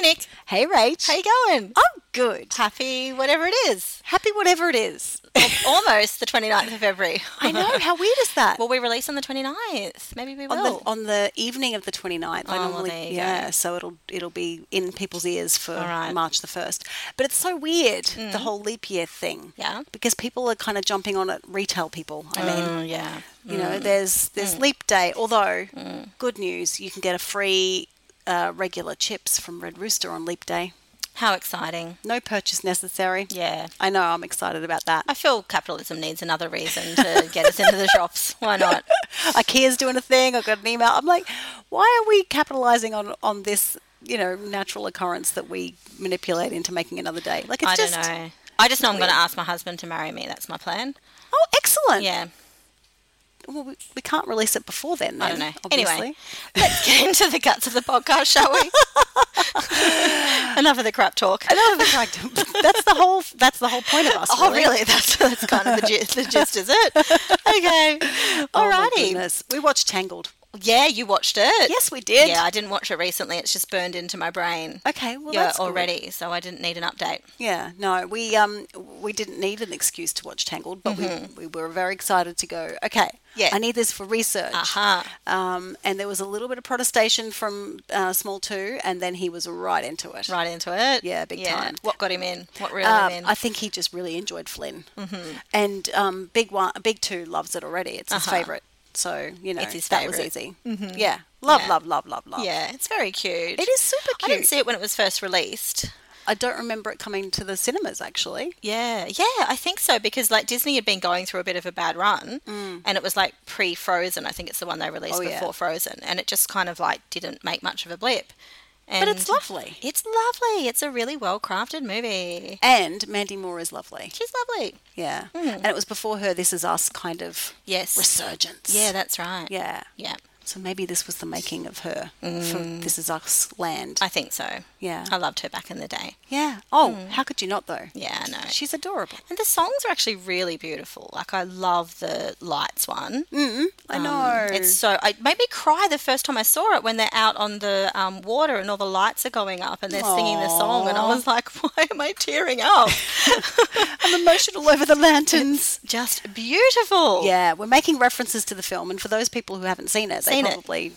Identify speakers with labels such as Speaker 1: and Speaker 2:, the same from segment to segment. Speaker 1: Nick.
Speaker 2: Hey, Rach.
Speaker 1: How you going?
Speaker 2: I'm good.
Speaker 1: Happy whatever it is.
Speaker 2: Happy whatever it is.
Speaker 1: Al- Almost the 29th of February.
Speaker 2: I know. How weird is that?
Speaker 1: Well, we release on the 29th. Maybe we will.
Speaker 2: on the on the evening of the 29th. I
Speaker 1: Oh, well,
Speaker 2: normally
Speaker 1: there you
Speaker 2: yeah, so it'll it'll be in people's ears for
Speaker 1: All right. Mm.
Speaker 2: March the 1st. But it's so weird the whole leap year thing.
Speaker 1: Yeah.
Speaker 2: Because people are kind of jumping on it retail people. I mean,
Speaker 1: Oh, yeah.
Speaker 2: you know, there's
Speaker 1: mm.
Speaker 2: there's leap day, although good news, you can get a free uh, regular chips from Red Rooster on leap day.
Speaker 1: How exciting.
Speaker 2: No purchase necessary.
Speaker 1: Yeah.
Speaker 2: I know, I'm excited about that.
Speaker 1: I feel capitalism needs another reason to get us into the shops. Why not?
Speaker 2: IKEA's doing a thing. I got an email. I'm like, why are we capitalizing on on this? You know, natural occurrence that we manipulate into making another day. Like it's
Speaker 1: I
Speaker 2: just
Speaker 1: don't know. I just know I'm going to ask my husband to marry me. That's my plan.
Speaker 2: oh, excellent.
Speaker 1: Yeah.
Speaker 2: Well, we, we can't release it before then.
Speaker 1: I don't
Speaker 2: then,
Speaker 1: know.
Speaker 2: Obviously.
Speaker 1: Anyway, let's get into the guts of the podcast, shall we? Enough of the crap talk.
Speaker 2: Another thing I- that's the whole. That's the whole point of us.
Speaker 1: Oh, really? That's that's kind of the gist, the gist is it? Okay.
Speaker 2: Oh, my
Speaker 1: Alrighty.
Speaker 2: goodness. we watched Tangled.
Speaker 1: yeah, you watched it.
Speaker 2: Yes, we did.
Speaker 1: Yeah, I didn't watch it recently. It's just burned into my brain.
Speaker 2: Okay. Well,
Speaker 1: yeah,
Speaker 2: that's good.
Speaker 1: already. So I didn't need an update.
Speaker 2: Yeah, no, we um we didn't need an excuse to watch Tangled, but we, we were very excited to go. Okay,
Speaker 1: Mm-hmm. Yeah.
Speaker 2: I need this for research.
Speaker 1: Uh-huh.
Speaker 2: Um, and there was a little bit of protestation from uh, Small Two, and then he was right into it.
Speaker 1: Right into it.
Speaker 2: Yeah, big time.
Speaker 1: What got him in? What reeled
Speaker 2: Um,
Speaker 1: him in?
Speaker 2: I think he just really enjoyed Flynn, mm-hmm. and um, Big One, Big Two loves it already. It's his
Speaker 1: Uh-huh.
Speaker 2: favorite, so you know
Speaker 1: It's his
Speaker 2: that was
Speaker 1: favourite.
Speaker 2: easy. Yeah, love,
Speaker 1: Yeah.
Speaker 2: love, love, love, love.
Speaker 1: yeah, it's very cute.
Speaker 2: it is super
Speaker 1: I
Speaker 2: cute.
Speaker 1: didn't see it when it was first released.
Speaker 2: I don't remember it coming to the cinemas actually.
Speaker 1: Yeah, yeah, I think so because like Disney had been going through a bit of a bad run, and it was like pre-Frozen. I think it's the one they released
Speaker 2: Mm. Oh, yeah.
Speaker 1: before Frozen, and it just kind of like didn't make much of a blip. And
Speaker 2: But it's lovely.
Speaker 1: It's lovely. It's a really well-crafted movie.
Speaker 2: And Mandy Moore is lovely.
Speaker 1: She's lovely.
Speaker 2: Yeah.
Speaker 1: Hmm.
Speaker 2: And it was before her This Is Us kind of
Speaker 1: Yes.
Speaker 2: resurgence.
Speaker 1: Yeah, that's right.
Speaker 2: Yeah.
Speaker 1: yeah,
Speaker 2: So maybe this was the making of her for This Is Us land.
Speaker 1: Mm. I think so.
Speaker 2: yeah.
Speaker 1: I loved her back in the day.
Speaker 2: yeah. Oh, how could you not though?
Speaker 1: Mm. Yeah, I know.
Speaker 2: She's adorable.
Speaker 1: And the songs are actually really beautiful. Like I love the lights one.
Speaker 2: I
Speaker 1: Um,
Speaker 2: know.
Speaker 1: It's so it made me cry the first time I saw it when they're out on the um, water and all the lights are going up and they're singing the song and I was like, why am I tearing up?
Speaker 2: I'm emotional over the lanterns.
Speaker 1: Just beautiful.
Speaker 2: Yeah, we're making references to the film and for those people who haven't seen it, they
Speaker 1: Seen it.
Speaker 2: probably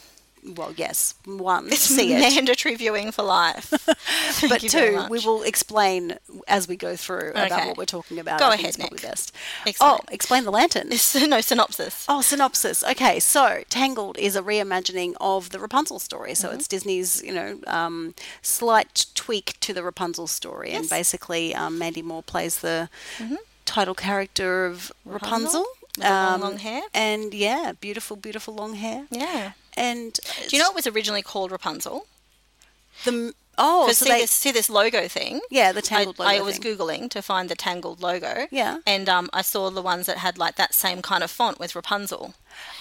Speaker 2: well, yes, one
Speaker 1: It's
Speaker 2: see it.
Speaker 1: mandatory viewing for life. Thank
Speaker 2: but
Speaker 1: you very
Speaker 2: two, we
Speaker 1: much.
Speaker 2: will explain as we go through about
Speaker 1: Okay.
Speaker 2: what we're talking about.
Speaker 1: Go
Speaker 2: I think it's
Speaker 1: ahead,
Speaker 2: probably
Speaker 1: Nick.
Speaker 2: best.
Speaker 1: Explain.
Speaker 2: Oh, explain the lantern.
Speaker 1: This is no synopsis.
Speaker 2: Oh, synopsis. Okay, so Tangled is a reimagining of the Rapunzel story. So
Speaker 1: Mm-hmm.
Speaker 2: it's Disney's, you know, um, slight tweak to the Rapunzel story, and
Speaker 1: Yes. Mm-hmm.
Speaker 2: basically um, Mandy Moore plays the title character of Rapunzel.
Speaker 1: Rapunzel,
Speaker 2: Um,
Speaker 1: with the long, long hair.
Speaker 2: And yeah, beautiful, beautiful long hair.
Speaker 1: Yeah.
Speaker 2: And
Speaker 1: Do you know it was originally called Rapunzel?
Speaker 2: the oh,
Speaker 1: 'Cause
Speaker 2: so
Speaker 1: see,
Speaker 2: they,
Speaker 1: this, see this logo thing?
Speaker 2: yeah, the Tangled.
Speaker 1: I,
Speaker 2: logo
Speaker 1: I was
Speaker 2: thing.
Speaker 1: googling to find the Tangled logo.
Speaker 2: Yeah.
Speaker 1: and um, I saw the ones that had like that same kind of font with Rapunzel,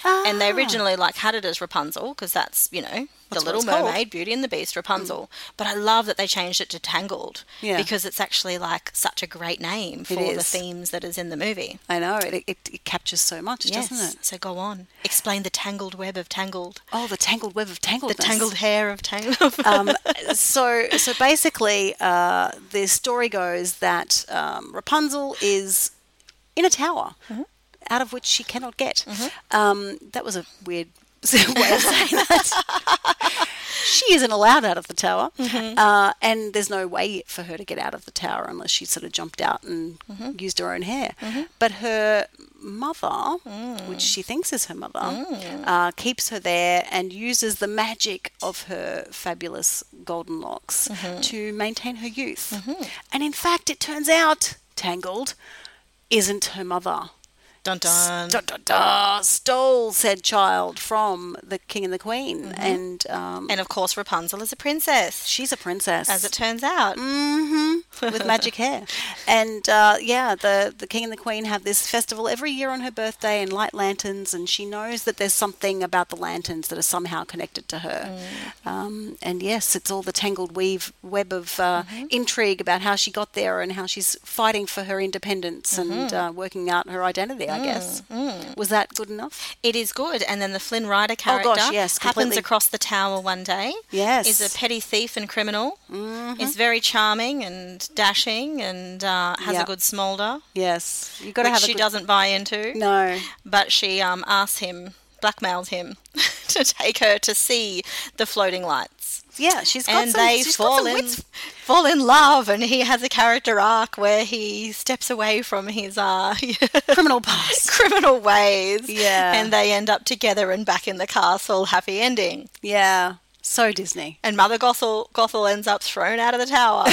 Speaker 1: and they
Speaker 2: Ah.
Speaker 1: originally like had it as Rapunzel because that's you know
Speaker 2: That's what
Speaker 1: the Little
Speaker 2: it's called. Mm.
Speaker 1: Mermaid, Beauty and the Beast, Rapunzel. But I love that they changed it to Tangled
Speaker 2: Yeah.
Speaker 1: because it's actually like such a great name for the
Speaker 2: is.
Speaker 1: themes that is in the movie.
Speaker 2: I know it, it. It captures so much, doesn't it?
Speaker 1: So go on, explain the tangled web of Tangled,
Speaker 2: Oh, the tangled web of
Speaker 1: the
Speaker 2: tangledness.
Speaker 1: tangled hair of Tangled.
Speaker 2: um, so so basically, uh, the story goes that um, Rapunzel is in a tower, out of which she cannot get. Um, that was a weird way of saying that. she isn't allowed out of the tower, uh, and there's no way for her to get out of the tower unless she sort of jumped out and used her own hair. But her mother, which she thinks is her mother, uh, keeps her there and uses the magic of her fabulous golden locks to maintain her youth. And in fact, it turns out Tangled isn't her mother.
Speaker 1: dun dun.
Speaker 2: Da, da, da, stole said child from the king and the queen, and um,
Speaker 1: And of course, Rapunzel is a princess,
Speaker 2: she's a princess
Speaker 1: as it turns out.
Speaker 2: hmm with magic hair. And uh, yeah, the, the king and the queen have this festival every year on her birthday and light lanterns, and she knows that there's something about the lanterns that are somehow connected to her.
Speaker 1: Mm.
Speaker 2: Um, and yes, it's all the tangled weave web of uh,
Speaker 1: Mm-hmm. Mm-hmm.
Speaker 2: intrigue about how she got there and how she's fighting for her independence and uh, working out her identity.
Speaker 1: Mm,
Speaker 2: I guess. Was that good enough?
Speaker 1: It is good. And then the Flynn Rider character
Speaker 2: yes,
Speaker 1: happens
Speaker 2: completely.
Speaker 1: across the tower one day.
Speaker 2: Yes.
Speaker 1: Is a petty thief and criminal. Is very charming and dashing and uh, has
Speaker 2: Yeah.
Speaker 1: a good smolder,
Speaker 2: Yes. You've got to
Speaker 1: which
Speaker 2: have a
Speaker 1: she
Speaker 2: good-
Speaker 1: doesn't buy into.
Speaker 2: No.
Speaker 1: But she um, asks him, blackmails him to take her to see the floating lights.
Speaker 2: Yeah, she's got
Speaker 1: and
Speaker 2: some,
Speaker 1: they
Speaker 2: she's got
Speaker 1: fall
Speaker 2: some
Speaker 1: in,
Speaker 2: wits.
Speaker 1: fall in love, and he has a character arc where he steps away from his uh,
Speaker 2: criminal past.
Speaker 1: criminal ways.
Speaker 2: Yeah.
Speaker 1: And they end up together and back in the castle, happy ending.
Speaker 2: Yeah. So Disney.
Speaker 1: And Mother Gothel, Gothel ends up thrown out of the tower.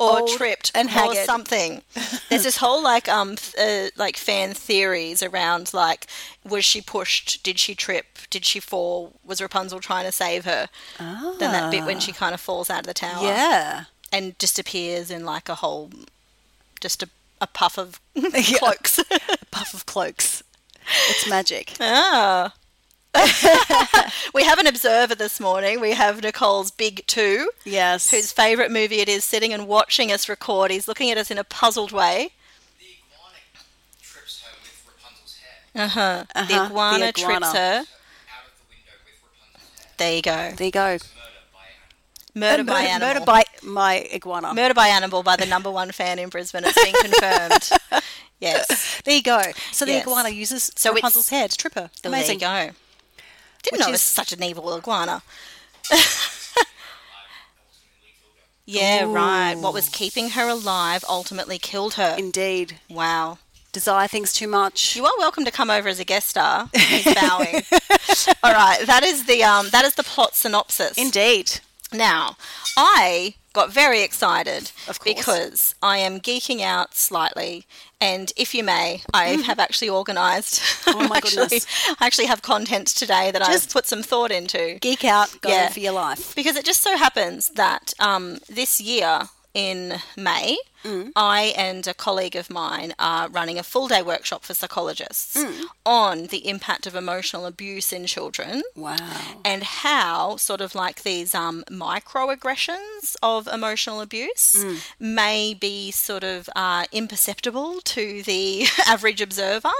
Speaker 1: or
Speaker 2: Old
Speaker 1: tripped
Speaker 2: and
Speaker 1: or
Speaker 2: haggard.
Speaker 1: something. There's this whole like um th- uh, like fan theories around like was she pushed? Did she trip? Did she fall? Was Rapunzel trying to save her? Ah. Then that bit when she kind of falls out of the tower
Speaker 2: Yeah.
Speaker 1: and disappears in like a whole just a, a puff of
Speaker 2: Yeah.
Speaker 1: cloaks.
Speaker 2: Puff of cloaks. It's magic.
Speaker 1: Ah. we have an observer this morning. We have Nicole's big two,
Speaker 2: Yes.
Speaker 1: whose favourite movie it is, sitting and watching us record. He's looking at us in a puzzled way.
Speaker 3: The iguana trips her with Rapunzel's hair.
Speaker 1: Uh-huh.
Speaker 2: Uh-huh,
Speaker 1: The,
Speaker 2: the
Speaker 1: iguana trips
Speaker 2: iguana.
Speaker 1: her.
Speaker 3: Out of the window with Rapunzel's hair.
Speaker 1: There you go.
Speaker 2: there you go.
Speaker 3: Murder by animal.
Speaker 1: Murder,
Speaker 2: Uh,
Speaker 1: by animal.
Speaker 2: Murder by my iguana.
Speaker 1: Murder by animal by the number one fan in Brisbane. It's been confirmed. yes.
Speaker 2: there you go. So the
Speaker 1: Yes.
Speaker 2: iguana uses
Speaker 1: So
Speaker 2: so
Speaker 1: it's-
Speaker 2: Rapunzel's hair to trip her.
Speaker 1: Well,
Speaker 2: Amazing.
Speaker 1: There you go. Didn't
Speaker 2: Which
Speaker 1: know it was
Speaker 2: is-
Speaker 1: such an evil iguana. yeah, right. What was keeping her alive ultimately killed her.
Speaker 2: Indeed.
Speaker 1: Wow.
Speaker 2: Desire things too much.
Speaker 1: You are welcome to come over as a guest star. He's bowing. All right, that is the um, that is the plot synopsis.
Speaker 2: Indeed.
Speaker 1: Now, I got very excited
Speaker 2: Of course.
Speaker 1: because I am geeking out slightly. And if you may, I have actually organised.
Speaker 2: Mm-hmm. Oh my
Speaker 1: actually-
Speaker 2: goodness.
Speaker 1: I actually have content today that I've
Speaker 2: Just-
Speaker 1: put some thought into
Speaker 2: Geek out, go
Speaker 1: Yeah.
Speaker 2: for your life.
Speaker 1: because it just so happens that um, this year in May, I and a colleague of mine are running a full day workshop for psychologists on the impact of emotional abuse in children
Speaker 2: Wow.
Speaker 1: and how sort of like these um, microaggressions of emotional abuse may be sort of uh, imperceptible to the average observer,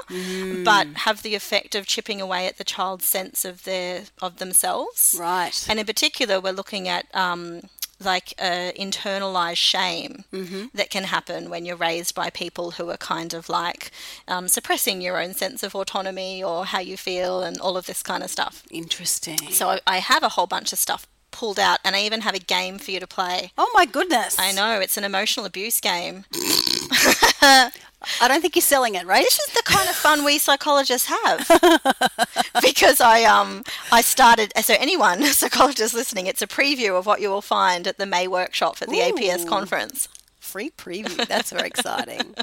Speaker 1: but have the effect of chipping away at the child's sense of their of themselves.
Speaker 2: Right.
Speaker 1: And in particular, we're looking at um, like uh, internalized shame that can happen when you're raised by people who are kind of like um, suppressing your own sense of autonomy or how you feel and all of this kind of stuff.
Speaker 2: Interesting.
Speaker 1: So I, I have a whole bunch of stuff pulled out, and I even have a game for you to play.
Speaker 2: Oh my goodness.
Speaker 1: I know it's an emotional abuse game.
Speaker 2: I don't think you're selling it, right?
Speaker 1: This is the kind of fun we psychologists have. because I um I started so anyone psychologist listening, it's a preview of what you will find at the May workshop at the APS
Speaker 2: Ooh.
Speaker 1: conference.
Speaker 2: free preview. That's very exciting.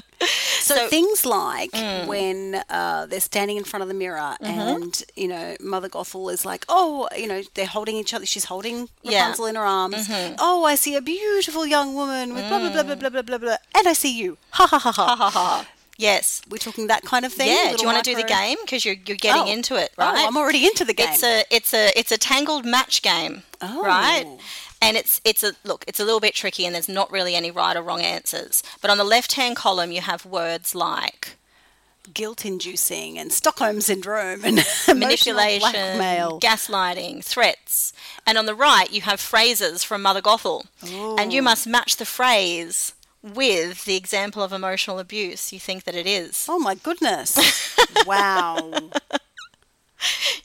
Speaker 2: So, things like
Speaker 1: Hmm.
Speaker 2: when uh, they're standing in front of the mirror
Speaker 1: Mm-hmm.
Speaker 2: and you know Mother Gothel is like, oh, you know they're holding each other. She's holding
Speaker 1: Yeah. Mm-hmm.
Speaker 2: Rapunzel in her arms. Oh, I see a beautiful young woman with blah blah blah blah blah blah blah blah, and I see you. Ha ha ha ha.
Speaker 1: Mm. Ha ha. Yes.
Speaker 2: We're talking that kind of thing.
Speaker 1: Yeah. Do
Speaker 2: little
Speaker 1: you want to do the
Speaker 2: micro-
Speaker 1: game? Because you're you're getting
Speaker 2: Oh.
Speaker 1: into it,
Speaker 2: Oh,
Speaker 1: right?
Speaker 2: I'm already into the game.
Speaker 1: It's a it's a it's a tangled match game,
Speaker 2: Oh.
Speaker 1: right? And it's it's a look, it's a little bit tricky, and there's not really any right or wrong answers. But on the left hand column, you have words like
Speaker 2: guilt-inducing and Stockholm syndrome and emotional
Speaker 1: manipulation,
Speaker 2: blackmail.
Speaker 1: gaslighting, threats, and on the right, you have phrases from Mother Gothel, and you must match the phrase with the example of emotional abuse you think that it is.
Speaker 2: oh my goodness! wow.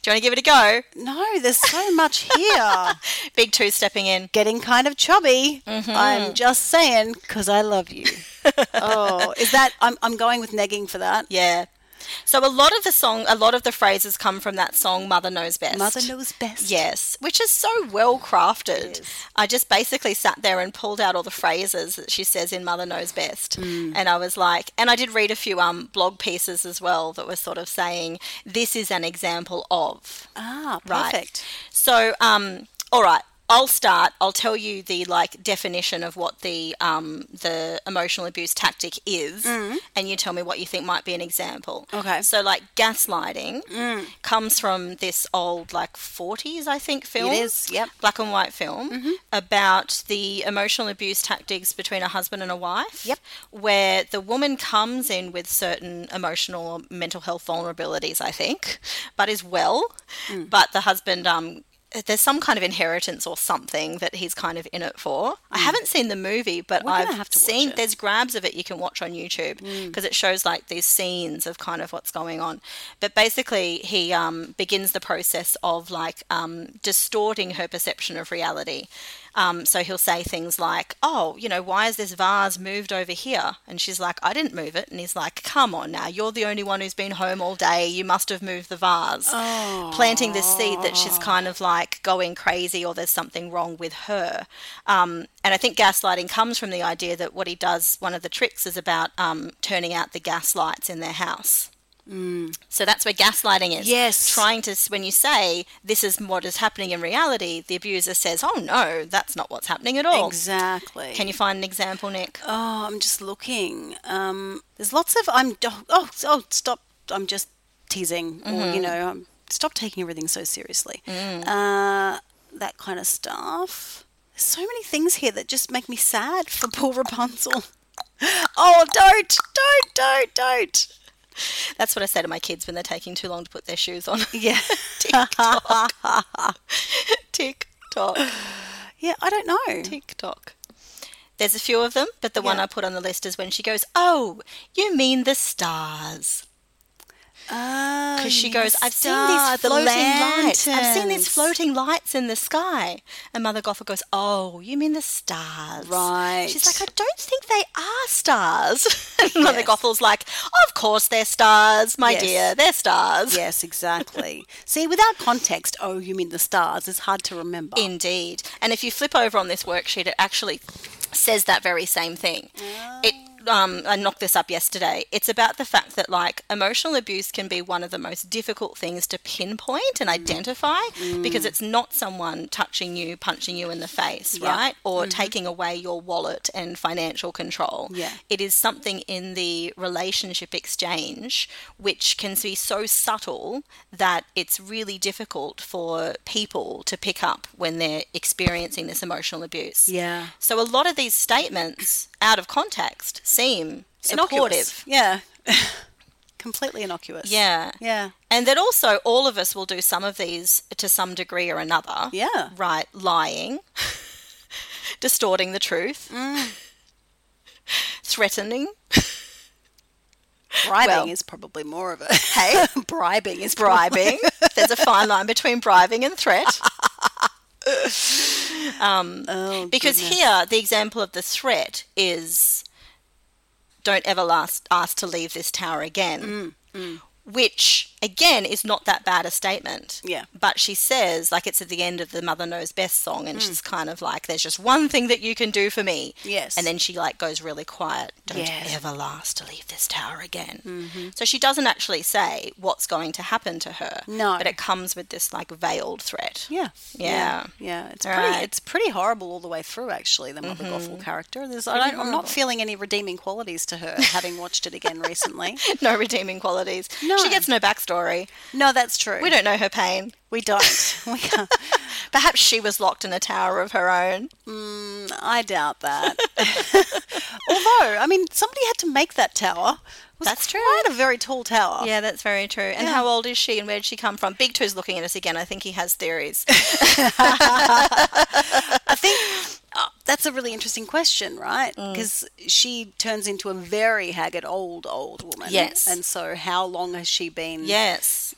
Speaker 1: Do you want to give it a go?
Speaker 2: No, there's so much here. Mm-hmm.
Speaker 1: Big two stepping in.
Speaker 2: getting kind of chubby. I'm just saying because I love you. oh, is that? I'm, I'm going with negging for that.
Speaker 1: Yeah. So a lot of the song, a lot of the phrases come from that song "Mother Knows Best."
Speaker 2: Mother knows best.
Speaker 1: Yes, which is so well crafted.
Speaker 2: It is.
Speaker 1: I just basically sat there and pulled out all the phrases that she says in Mother Knows Best.
Speaker 2: Mm.
Speaker 1: And I was like, and I did read a few um, blog pieces as well that were sort of saying, this is an example of.
Speaker 2: Ah,
Speaker 1: Right.
Speaker 2: perfect.
Speaker 1: So, um, all right. I'll start. I'll tell you the like definition of what the um, the emotional abuse tactic is,
Speaker 2: Mm.
Speaker 1: and you tell me what you think might be an example.
Speaker 2: Okay. Mm.
Speaker 1: So like gaslighting comes from this old like 40s I think film.
Speaker 2: is, yep. Mm-hmm.
Speaker 1: Black and white film about the emotional abuse tactics between a husband and a wife.
Speaker 2: Yep.
Speaker 1: Where the woman comes in with certain emotional or mental health vulnerabilities, I think, but is well,
Speaker 2: Mm.
Speaker 1: but the husband um there's some kind of inheritance or something that he's kind of in it for.
Speaker 2: Mm.
Speaker 1: I haven't seen the movie, but
Speaker 2: We're gonna
Speaker 1: I've
Speaker 2: have to watch
Speaker 1: seen
Speaker 2: it. Mm.
Speaker 1: there's grabs of it you can watch on YouTube because it shows like these scenes of kind of what's going on. But basically, he um, begins the process of like um, distorting her perception of reality. Um, so he'll say things like, "Oh, you know, why is this vase moved over here?" And she's like, "I didn't move it." And he's like, "Come on now, you're the only one who's been home all day. You must have moved the vase." Planting this seed that she's kind of like going crazy or there's something wrong with her. Um, and I think gaslighting comes from the idea that what he does, one of the tricks is about um, turning out the gas lights in their house. So that's where gaslighting is.
Speaker 2: Mm. Yes.
Speaker 1: Trying to, when you say this is what is happening in reality, the abuser says, oh no, that's not what's happening at all.
Speaker 2: Exactly.
Speaker 1: Can you find an example, Nick?
Speaker 2: Oh, I'm just looking. Um, there's lots of I'm. Oh, oh, oh, stop! I'm just teasing, or
Speaker 1: Mm-hmm.
Speaker 2: you know, um, stop taking everything so seriously.
Speaker 1: Mm.
Speaker 2: Uh, that kind of stuff. There's so many things here that just make me sad for poor Rapunzel. oh, don't, don't, don't, don't.
Speaker 1: That's what I say to my kids when they're taking too long to put their shoes on.
Speaker 2: Yeah,
Speaker 1: Tick tock.
Speaker 2: yeah. I don't know.
Speaker 1: TikTok. There's a few of them, but the one
Speaker 2: Yeah.
Speaker 1: I put on the list is when she goes, "Oh, you mean the stars?"
Speaker 2: Oh, Uh,
Speaker 1: Because she goes, "I've seen
Speaker 2: Ah,
Speaker 1: these floating lights. I've seen these floating lights in the sky." And Mother Goffa goes, "Oh, you mean the stars?"
Speaker 2: Right.
Speaker 1: She's like, "I don't think they are stars." and Mother
Speaker 2: Yes.
Speaker 1: Goffa's like, "Of course they're stars, my
Speaker 2: Yes.
Speaker 1: dear. They're stars."
Speaker 2: Yes, exactly. See, without context, oh, you mean the stars? It's hard to remember.
Speaker 1: Indeed. And if you flip over on this worksheet, it actually says that very same thing. It um, I knocked this up yesterday. It's about the fact that like emotional abuse can be one of the most difficult things to pinpoint
Speaker 2: Mm.
Speaker 1: and identify because it's not someone touching you, punching you in the face,
Speaker 2: Yeah. Mm-hmm.
Speaker 1: right? Or taking away your wallet and financial control.
Speaker 2: Yeah.
Speaker 1: It is something in the relationship exchange which can be so subtle that it's really difficult for people to pick up when they're experiencing this emotional abuse.
Speaker 2: yeah.
Speaker 1: So a lot of these statements out of context seem supportive.
Speaker 2: Innocuous. Yeah. Completely innocuous.
Speaker 1: Yeah.
Speaker 2: Yeah.
Speaker 1: And that also all of us will do some of these to some degree or another.
Speaker 2: Yeah.
Speaker 1: Right, lying, distorting the truth,
Speaker 2: Mm.
Speaker 1: threatening,
Speaker 2: Bribing
Speaker 1: Well-
Speaker 2: is probably more of it. Hey? bribing is probably-
Speaker 1: bribing. There's a fine line between bribing and threat. Um,
Speaker 2: Oh,
Speaker 1: Because
Speaker 2: goodness.
Speaker 1: here, the example of the threat is don't ever last, ask to leave this tower again.
Speaker 2: Mm,
Speaker 1: Which, again, is not that bad a statement.
Speaker 2: Yeah.
Speaker 1: But she says, like, it's at the end of the Mother Knows Best song,
Speaker 2: Mm.
Speaker 1: and she's kind of like, there's just one thing that you can do for me.
Speaker 2: Yes.
Speaker 1: And then she, like, goes really quiet. Don't
Speaker 2: Yes. Mm-hmm.
Speaker 1: ever last to leave this tower again. So she doesn't actually say what's going to happen to her.
Speaker 2: No.
Speaker 1: But it comes with this, like, veiled threat.
Speaker 2: Yeah.
Speaker 1: Yeah.
Speaker 2: Yeah. It's
Speaker 1: All
Speaker 2: pretty
Speaker 1: right.
Speaker 2: it's pretty horrible all the way through actually, the Mother Gothel character. There's I don't, I'm not feeling any redeeming qualities to her having watched it again recently.
Speaker 1: no redeeming qualities.
Speaker 2: No.
Speaker 1: She gets no backstory.
Speaker 2: No, that's true.
Speaker 1: We don't know her pain.
Speaker 2: we don't. We can't.
Speaker 1: Perhaps she was locked in a tower of her own.
Speaker 2: I doubt that. Although, I mean, somebody had to make that tower. It was
Speaker 1: That's true.
Speaker 2: quite a very tall tower.
Speaker 1: Oh. Yeah, that's very true. And how old is she and where did she come from? Big Two's looking at us again. I think he has theories.
Speaker 2: I think uh, that's a really interesting question, right?
Speaker 1: Mm.
Speaker 2: Because she turns into a very haggard old, old woman.
Speaker 1: Yes.
Speaker 2: And so, how long has she been?
Speaker 1: yes.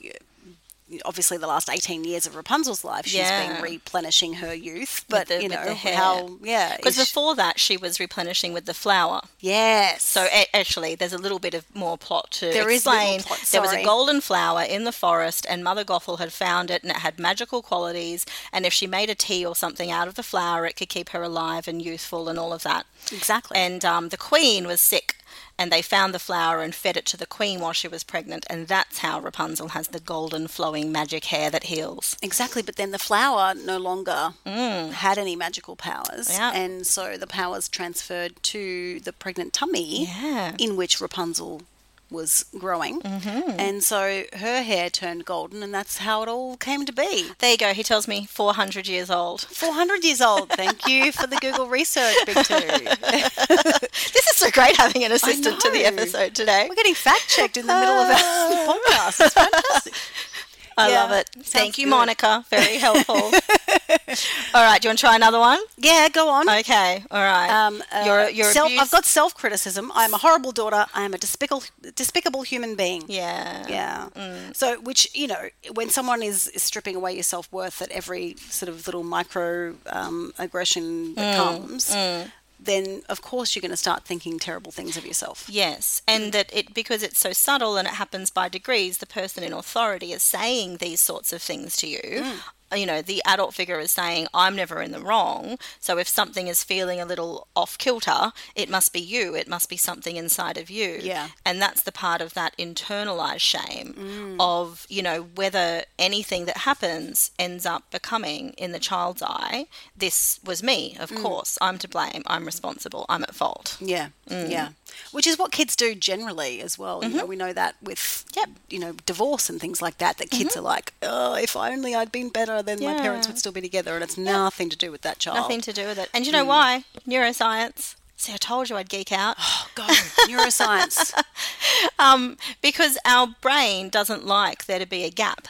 Speaker 2: Obviously, the last 18 years of Rapunzel's life, she's
Speaker 1: Yeah.
Speaker 2: been replenishing her youth. But,
Speaker 1: the-
Speaker 2: you
Speaker 1: with
Speaker 2: know,
Speaker 1: the hair.
Speaker 2: how. Yeah.
Speaker 1: Because
Speaker 2: is she-
Speaker 1: before that, she was replenishing with the flower.
Speaker 2: yes.
Speaker 1: So a- actually, there's a little bit of more plot to
Speaker 2: There is a bit more
Speaker 1: explain.
Speaker 2: plot,
Speaker 1: there was a
Speaker 2: sorry.
Speaker 1: golden flower in the forest, and Mother Gothel had found it, and it had magical qualities. And if she made a tea or something out of the flower, it could keep her alive and youthful and all of that.
Speaker 2: exactly.
Speaker 1: and um, the queen was sick and they found the flower and fed it to the queen while she was pregnant, and that's how Rapunzel has the golden flowing magic hair that heals. Mm.
Speaker 2: Exactly, but then the flower no longer had any magical powers,
Speaker 1: Yeah.
Speaker 2: and so the powers transferred to the pregnant tummy,
Speaker 1: Yeah.
Speaker 2: in which Rapunzel was growing,
Speaker 1: Mm-hmm.
Speaker 2: and so her hair turned golden, and that's how it all came to be.
Speaker 1: There you go. He tells me 400 years old.
Speaker 2: 400 years old. Thank you for the Google research, Big Two.
Speaker 1: This is so great having an assistant to the
Speaker 2: know.
Speaker 1: episode today.
Speaker 2: We're getting fact checked in the middle of our podcast. It's fantastic.
Speaker 1: I
Speaker 2: Yeah,
Speaker 1: love it.
Speaker 2: sounds
Speaker 1: Thank you,
Speaker 2: good.
Speaker 1: Monica. Very helpful. all right. Do you want to try another one?
Speaker 2: Yeah, go on.
Speaker 1: Okay. All right.
Speaker 2: Um, uh,
Speaker 1: your your
Speaker 2: self,
Speaker 1: abuse.
Speaker 2: I've got self criticism. I'm a horrible daughter. I am a despicable, despicable human being.
Speaker 1: yeah.
Speaker 2: Yeah.
Speaker 1: Mm.
Speaker 2: So, which, you know, when someone is, is stripping away your self worth at every sort of little micro um, aggression that
Speaker 1: Mm.
Speaker 2: comes, then of course you're going to start thinking terrible things of yourself.
Speaker 1: Yes, and that it because it's so subtle and it happens by degrees, the person in authority is saying these sorts of things to you. You know, the adult figure is saying, I'm never in the wrong. So if something is feeling a little off kilter, it must be you. It must be something inside of you.
Speaker 2: Yeah.
Speaker 1: And that's the part of that internalized shame of, you know, whether anything that happens ends up becoming, in the child's eye, this was me, of course. I'm to blame. I'm responsible. I'm at fault.
Speaker 2: Yeah, yeah. Mm. Which is what kids do generally as well. You know, we know that with
Speaker 1: Mm-hmm. Yep. Mm-hmm.
Speaker 2: you know divorce and things like that. That kids are like, oh, if only I'd been better, then my parents
Speaker 1: Yeah.
Speaker 2: would still be together, and it's nothing to do with that child.
Speaker 1: Nothing to do with it. And you know why? Neuroscience. See, I told you I'd geek out.
Speaker 2: Oh, God, neuroscience.
Speaker 1: Because our brain doesn't like there to be a gap.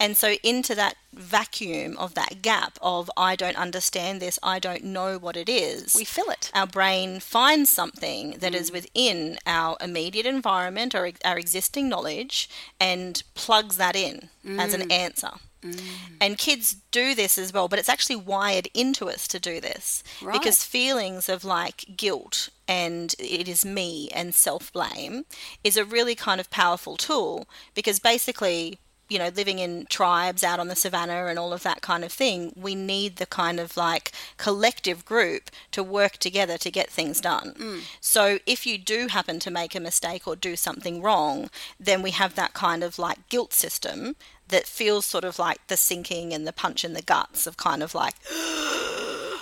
Speaker 1: And so, into that vacuum of that gap of, I don't understand this, I don't know what it is,
Speaker 2: we feel it.
Speaker 1: our brain finds something that is within our immediate environment or ex- our existing knowledge and plugs that in as an answer.
Speaker 2: Mm.
Speaker 1: And kids do this as well, but it's actually wired into us to do this
Speaker 2: Right.
Speaker 1: because feelings of like guilt and it is me and self blame is a really kind of powerful tool because basically, you know, living in tribes out on the savannah and all of that kind of thing, we need the kind of like collective group to work together to get things done. So if you do happen to make a mistake or do something wrong, then we have that kind of like guilt system that feels sort of like the sinking and the punch in the guts of kind of like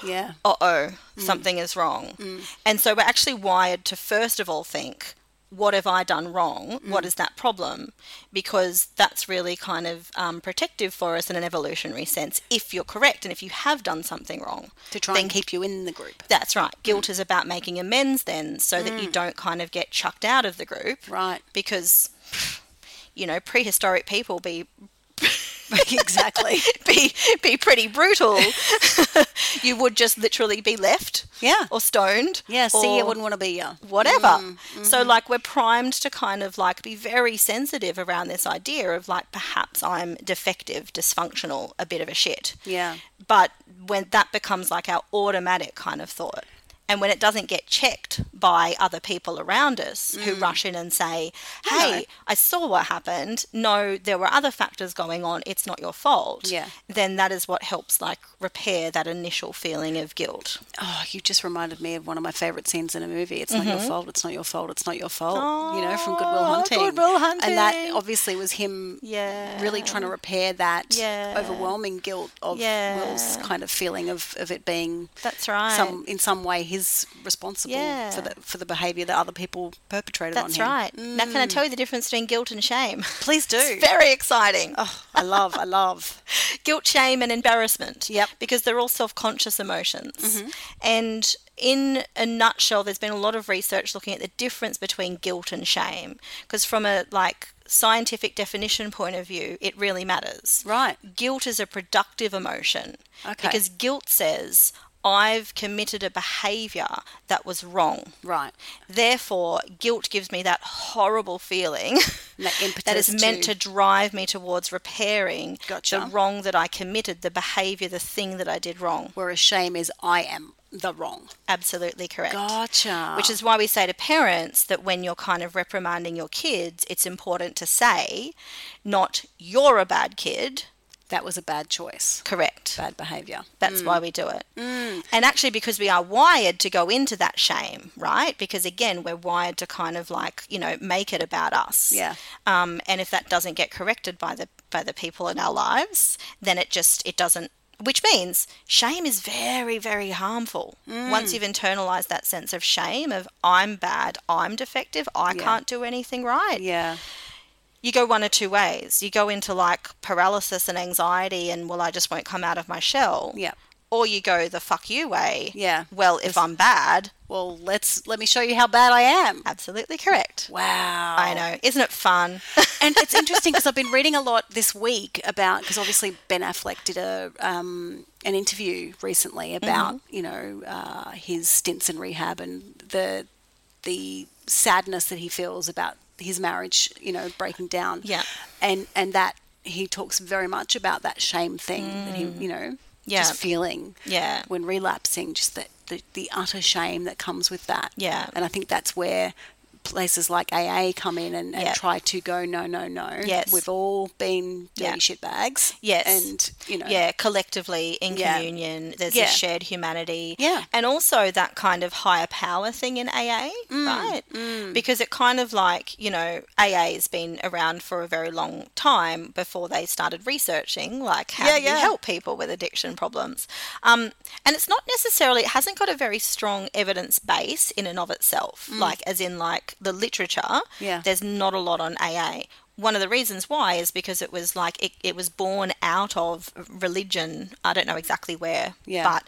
Speaker 2: Yeah,
Speaker 1: uh oh,
Speaker 2: Mm.
Speaker 1: something is wrong. And so we're actually wired to first of all think, what have I done wrong? What
Speaker 2: Mm.
Speaker 1: is that problem? Because that's really kind of um, protective for us in an evolutionary sense if you're correct and if you have done something wrong.
Speaker 2: to try and keep you in the group.
Speaker 1: That's right.
Speaker 2: Mm.
Speaker 1: Guilt is about making amends then so that you don't kind of get chucked out of the group.
Speaker 2: Right.
Speaker 1: Because, you know, prehistoric people be
Speaker 2: exactly.
Speaker 1: be be pretty brutal, you would just literally be left,
Speaker 2: Yeah.
Speaker 1: or stoned,
Speaker 2: Yeah. See, I
Speaker 1: or
Speaker 2: wouldn't want to be uh, you.
Speaker 1: whatever. So like we're primed to kind of like be very sensitive around this idea of like perhaps I'm defective, dysfunctional, a bit of a shit.
Speaker 2: Yeah.
Speaker 1: But when that becomes like our automatic kind of thought. And when it doesn't get checked by other people around us who rush in and say,
Speaker 2: Hello.
Speaker 1: Hey, I saw what happened. No, there were other factors going on. It's not your fault.
Speaker 2: Yeah.
Speaker 1: Then that is what helps like repair that initial feeling of guilt.
Speaker 2: Oh, you just reminded me of one of my favourite scenes in a movie. It's not
Speaker 1: Mm-hmm.
Speaker 2: your fault. It's not your fault. It's not your fault. you know, from Good Will
Speaker 1: Oh,
Speaker 2: Hunting.
Speaker 1: Good Will
Speaker 2: And that
Speaker 1: Hunting.
Speaker 2: obviously was him
Speaker 1: Yeah.
Speaker 2: really trying to repair that
Speaker 1: Yeah.
Speaker 2: overwhelming guilt of
Speaker 1: Yeah.
Speaker 2: Will's kind of feeling of, of it being
Speaker 1: That's right.
Speaker 2: some in some way his responsible
Speaker 1: Yeah.
Speaker 2: for the for the behaviour that other people perpetrated
Speaker 1: That's
Speaker 2: on him. Mm.
Speaker 1: right. Now, can I tell you the difference between guilt and shame?
Speaker 2: Please do.
Speaker 1: It's very exciting.
Speaker 2: Oh, I love, I love.
Speaker 1: Guilt, shame, and embarrassment.
Speaker 2: Yep. Mm-hmm.
Speaker 1: Because they're all self conscious emotions. And in a nutshell, there's been a lot of research looking at the difference between guilt and shame. Because from a like scientific definition point of view, it really matters.
Speaker 2: Right.
Speaker 1: Guilt is a productive emotion.
Speaker 2: Okay.
Speaker 1: Because guilt says, I've committed a behavior that was wrong.
Speaker 2: Right.
Speaker 1: Therefore, guilt gives me that horrible feeling
Speaker 2: And that
Speaker 1: that
Speaker 2: impetus
Speaker 1: is meant
Speaker 2: to-
Speaker 1: to drive me towards repairing
Speaker 2: Gotcha.
Speaker 1: the wrong that I committed, the behavior, the thing that I did wrong.
Speaker 2: Whereas shame is I am the wrong.
Speaker 1: Absolutely correct.
Speaker 2: Gotcha.
Speaker 1: Which is why we say to parents that when you're kind of reprimanding your kids, it's important to say, not you're a bad kid,
Speaker 2: that was a bad choice,
Speaker 1: Correct.
Speaker 2: bad behaviour.
Speaker 1: That's why we do it.
Speaker 2: Mm.
Speaker 1: And actually, because we are wired to go into that shame, right? Because again, we're wired to kind of like, you know, make it about us.
Speaker 2: Yeah.
Speaker 1: Um, and if that doesn't get corrected by the by the people in our lives, then it just it doesn't which means shame is very, very harmful.
Speaker 2: Mm.
Speaker 1: Once you've internalized that sense of shame of I'm bad, I'm defective, I can't do anything right
Speaker 2: Yeah,
Speaker 1: you go one or two ways. You go into like paralysis and anxiety and well I just won't come out of my shell.
Speaker 2: Yeah.
Speaker 1: Or you go the fuck you way.
Speaker 2: Yeah.
Speaker 1: Well, if I'm bad,
Speaker 2: well, let's let me show you how bad I am.
Speaker 1: absolutely correct.
Speaker 2: Wow,
Speaker 1: I know. Isn't it fun?
Speaker 2: and it's interesting because I've been reading a lot this week about because obviously Ben Affleck did a um, an interview recently about you know uh, his stints in rehab and the the sadness that he feels about his marriage you know breaking down
Speaker 1: Yeah.
Speaker 2: and and that he talks very much about that shame thing that he you know
Speaker 1: Mm. Yeah.
Speaker 2: just feeling
Speaker 1: Yeah.
Speaker 2: when relapsing just that the, the utter shame that comes with that
Speaker 1: Yeah.
Speaker 2: and I think that's where places like AA come in and, and
Speaker 1: Yeah.
Speaker 2: try to go no no no.
Speaker 1: Yes.
Speaker 2: We've all been dirty
Speaker 1: Yeah.
Speaker 2: shitbags.
Speaker 1: Yes.
Speaker 2: And you know
Speaker 1: Yeah, collectively in
Speaker 2: Yeah.
Speaker 1: communion, there's
Speaker 2: Yeah.
Speaker 1: this shared humanity.
Speaker 2: Yeah.
Speaker 1: And also that kind of higher power thing in AA,
Speaker 2: Mm,
Speaker 1: right? Because it kind of like, you know, AA has been around for a very long time before they started researching, like, how
Speaker 2: Yeah,
Speaker 1: do you
Speaker 2: yeah.
Speaker 1: help people with addiction problems? Um, and it's not necessarily, it hasn't got a very strong evidence base in and of itself,
Speaker 2: Mm.
Speaker 1: like, as in, like, the literature.
Speaker 2: Yeah.
Speaker 1: There's not a lot on AA. One of the reasons why is because it was like it, it was born out of religion. I don't know exactly where,
Speaker 2: Yeah.
Speaker 1: but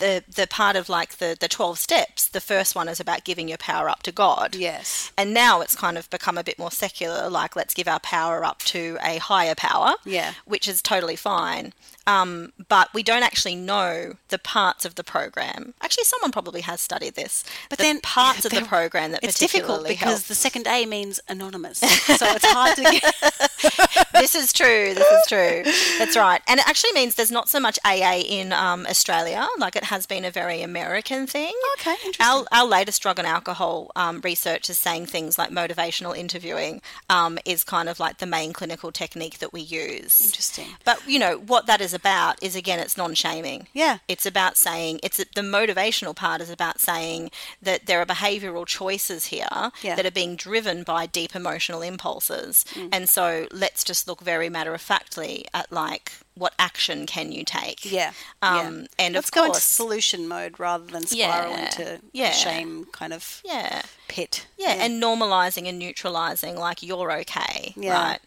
Speaker 1: the the part of like the the 12 steps, the first one is about giving your power up to God.
Speaker 2: Yes.
Speaker 1: And now it's kind of become a bit more secular, like let's give our power up to a higher power,
Speaker 2: Yeah.
Speaker 1: which is totally fine. Um, but we don't actually know the parts of the program. Actually, someone probably has studied this, but the
Speaker 2: then-
Speaker 1: parts
Speaker 2: yeah,
Speaker 1: of the
Speaker 2: but
Speaker 1: program that
Speaker 2: It's
Speaker 1: particularly
Speaker 2: difficult because
Speaker 1: help.
Speaker 2: the second A means anonymous. So it's hard to get
Speaker 1: this is true. This is true. That's right. And it actually means there's not so much AA in um, Australia. Like it has been a very American thing.
Speaker 2: Okay,
Speaker 1: Our, our latest drug and alcohol um, research is saying things like motivational interviewing um, is kind of like the main clinical technique that we use.
Speaker 2: Interesting.
Speaker 1: But you know what that is about is again it's non-shaming.
Speaker 2: Yeah.
Speaker 1: It's about saying it's the motivational part is about saying that there are behavioral choices here
Speaker 2: Yeah. Mm.
Speaker 1: that are being driven by deep emotional impulses. And so let's just look very matter of factly at like what action can you take?
Speaker 2: Yeah.
Speaker 1: Um
Speaker 2: yeah.
Speaker 1: and
Speaker 2: Let's
Speaker 1: of
Speaker 2: go
Speaker 1: course
Speaker 2: into solution mode rather than spiral
Speaker 1: Yeah,
Speaker 2: into
Speaker 1: yeah.
Speaker 2: shame kind of
Speaker 1: yeah.
Speaker 2: pit.
Speaker 1: yeah, and normalizing and neutralizing like you're okay
Speaker 2: Yeah.
Speaker 1: right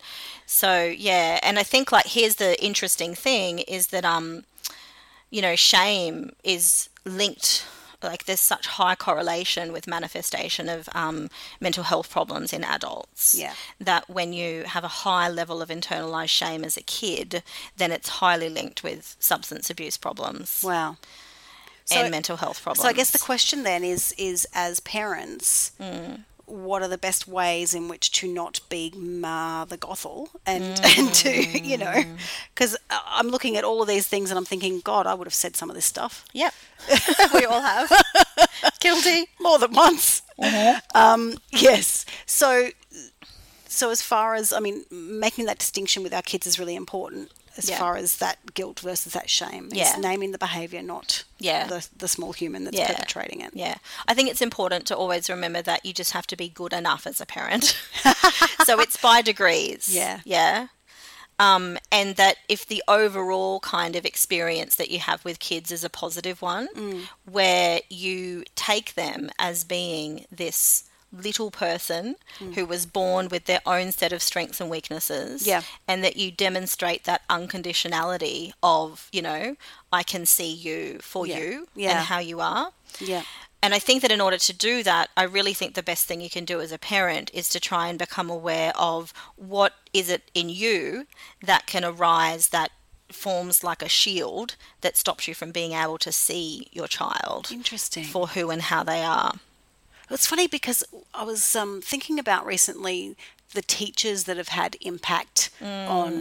Speaker 1: so yeah and i think like here's the interesting thing is that um you know shame is linked like there's such high correlation with manifestation of um, mental health problems in adults
Speaker 2: Yeah.
Speaker 1: that when you have a high level of internalized shame as a kid then it's highly linked with substance abuse problems
Speaker 2: Wow. So-
Speaker 1: and mental health problems Hmm.
Speaker 2: So I guess the question then is is as parents, what are the best ways in which to not be ma the gothel and and to you know,
Speaker 1: Hmm.
Speaker 2: because I'm looking at all of these things and I'm thinking, God, I would have said some of this stuff
Speaker 1: yep we all have guilty
Speaker 2: more than once.
Speaker 1: Uh-huh.
Speaker 2: Um, yes. So so as far as I mean, making that distinction with our kids is really important. As
Speaker 1: Yeah.
Speaker 2: far as that guilt versus that shame, it's
Speaker 1: Yeah.
Speaker 2: naming the behaviour, not
Speaker 1: Yeah.
Speaker 2: the, the small human that's perpetrating it.
Speaker 1: Yeah. I think it's important to always remember that you just have to be good enough as a parent. so it's by degrees.
Speaker 2: Yeah.
Speaker 1: Yeah. Um, and that if the overall kind of experience that you have with kids is a positive one,
Speaker 2: Mm.
Speaker 1: where you take them as being this little person
Speaker 2: Mm.
Speaker 1: who was born with their own set of strengths and weaknesses
Speaker 2: Yeah.
Speaker 1: and that you demonstrate that unconditionality of you know i can see you for
Speaker 2: Yeah.
Speaker 1: you
Speaker 2: Yeah.
Speaker 1: and how you are
Speaker 2: Yeah.
Speaker 1: and I think that in order to do that, I really think the best thing you can do as a parent is to try and become aware of what is it in you that can arise that forms like a shield that stops you from being able to see your child
Speaker 2: Interesting.
Speaker 1: for who and how they are.
Speaker 2: It's funny because I was um, thinking about recently the teachers that have had impact on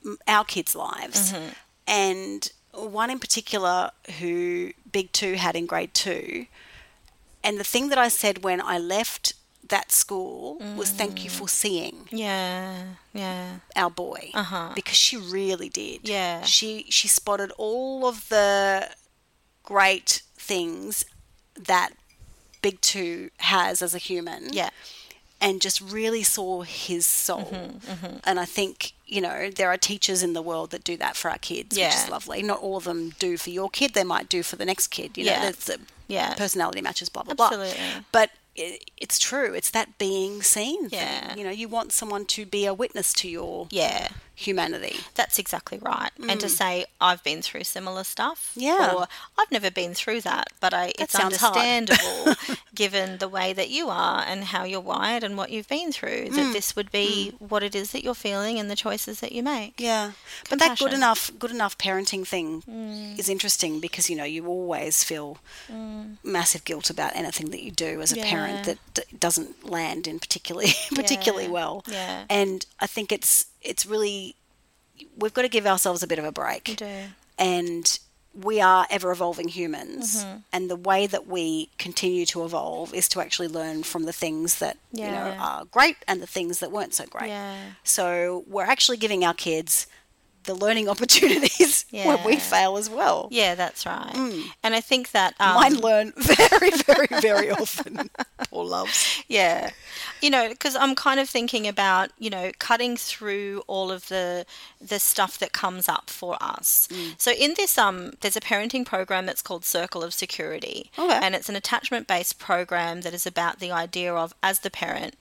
Speaker 2: m- our kids' lives, and one in particular who Big Two had in grade two. And the thing that I said when I left that school was thank you for seeing
Speaker 1: Yeah. Yeah.
Speaker 2: our boy
Speaker 1: Uh-huh.
Speaker 2: because she really did.
Speaker 1: Yeah.
Speaker 2: She she spotted all of the great things that Big Two has as a human.
Speaker 1: Yeah.
Speaker 2: And just really saw his soul.
Speaker 1: Mm-hmm,
Speaker 2: And I think, you know, there are teachers in the world that do that for our kids, which is
Speaker 1: Yeah.
Speaker 2: lovely. Not all of them do for your kid, they might do for the next kid. You know,
Speaker 1: Yeah.
Speaker 2: that's a
Speaker 1: Yeah.
Speaker 2: personality matches, blah, blah, blah.
Speaker 1: Absolutely.
Speaker 2: But it, it's true. It's that being seen thing.
Speaker 1: Yeah.
Speaker 2: You know, you want someone to be a witness to your
Speaker 1: Yeah.
Speaker 2: humanity.
Speaker 1: That's exactly right. And to say I've been through similar stuff,
Speaker 2: Mm. Yeah.
Speaker 1: or I've never been through that, but I, it's
Speaker 2: sounds hard.
Speaker 1: understandable given the way that you are and how you're wired and what you've been through
Speaker 2: Mm.
Speaker 1: that this would be what it is that you're feeling and the choices that you make.
Speaker 2: Yeah, but that
Speaker 1: Compassion.
Speaker 2: good
Speaker 1: Mm.
Speaker 2: enough, good enough parenting thing is interesting because you know you always feel massive guilt about anything that you do as a parent
Speaker 1: Yeah.
Speaker 2: that d- doesn't land in particularly particularly
Speaker 1: Yeah.
Speaker 2: well.
Speaker 1: Yeah.
Speaker 2: and I think it's it's really we've got to give ourselves a bit of a break.
Speaker 1: We do.
Speaker 2: and we are ever evolving humans,
Speaker 1: Mm-hmm.
Speaker 2: and the way that we continue to evolve is to actually learn from the things that you know
Speaker 1: Yeah.
Speaker 2: are great and the things that weren't so great.
Speaker 1: Yeah.
Speaker 2: So we're actually giving our kids the learning opportunities when we
Speaker 1: Yeah.
Speaker 2: fail as well.
Speaker 1: Yeah, that's right.
Speaker 2: Mm.
Speaker 1: And I think that um,
Speaker 2: Mine learn very, very, very often. Poor loves.
Speaker 1: yeah you know because i'm kind of thinking about you know cutting through all of the the stuff that comes up for us
Speaker 2: Mm.
Speaker 1: so in this um there's a parenting program that's called circle of security
Speaker 2: Okay.
Speaker 1: and it's an attachment based program that is about the idea of as the parent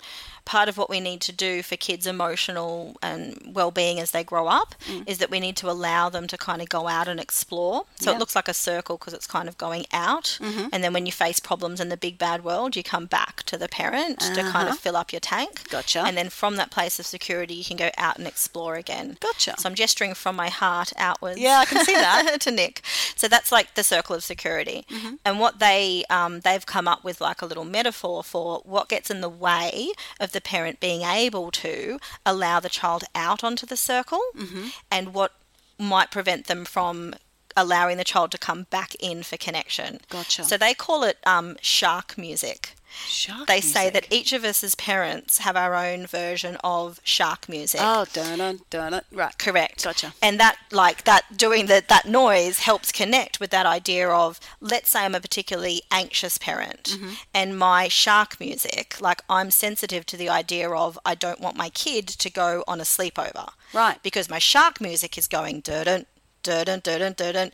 Speaker 1: part of what we need to do for kids emotional and well-being as they grow up is that we need to allow them to kind of go out and explore so
Speaker 2: Yeah.
Speaker 1: it looks like a circle because it's kind of going out and then when you face problems in the big bad world you come back to the parent to kind of fill up your tank
Speaker 2: Gotcha.
Speaker 1: and then from that place of security you can go out and explore again
Speaker 2: Gotcha.
Speaker 1: so i'm gesturing from my heart outwards
Speaker 2: Yeah, I can see
Speaker 1: that to Nick. So that's like the circle of security,
Speaker 2: Mm-hmm.
Speaker 1: and what they um, they've come up with like a little metaphor for what gets in the way of the parent being able to allow the child out onto the circle,
Speaker 2: Mm-hmm.
Speaker 1: and what might prevent them from allowing the child to come back in for connection.
Speaker 2: Gotcha.
Speaker 1: So they call it um, shark music
Speaker 2: Shark
Speaker 1: they say that each of us as parents have our own version of shark music.
Speaker 2: Oh, dun dun dun. dun. Right.
Speaker 1: Correct.
Speaker 2: Gotcha.
Speaker 1: And that, like that, doing that that noise helps connect with that idea of, let's say I'm a particularly anxious parent, and my shark music, like I'm sensitive to the idea of I don't want my kid to go on a sleepover,
Speaker 2: Right.
Speaker 1: Because my shark music is going durdent, durdent, durdent, durdent.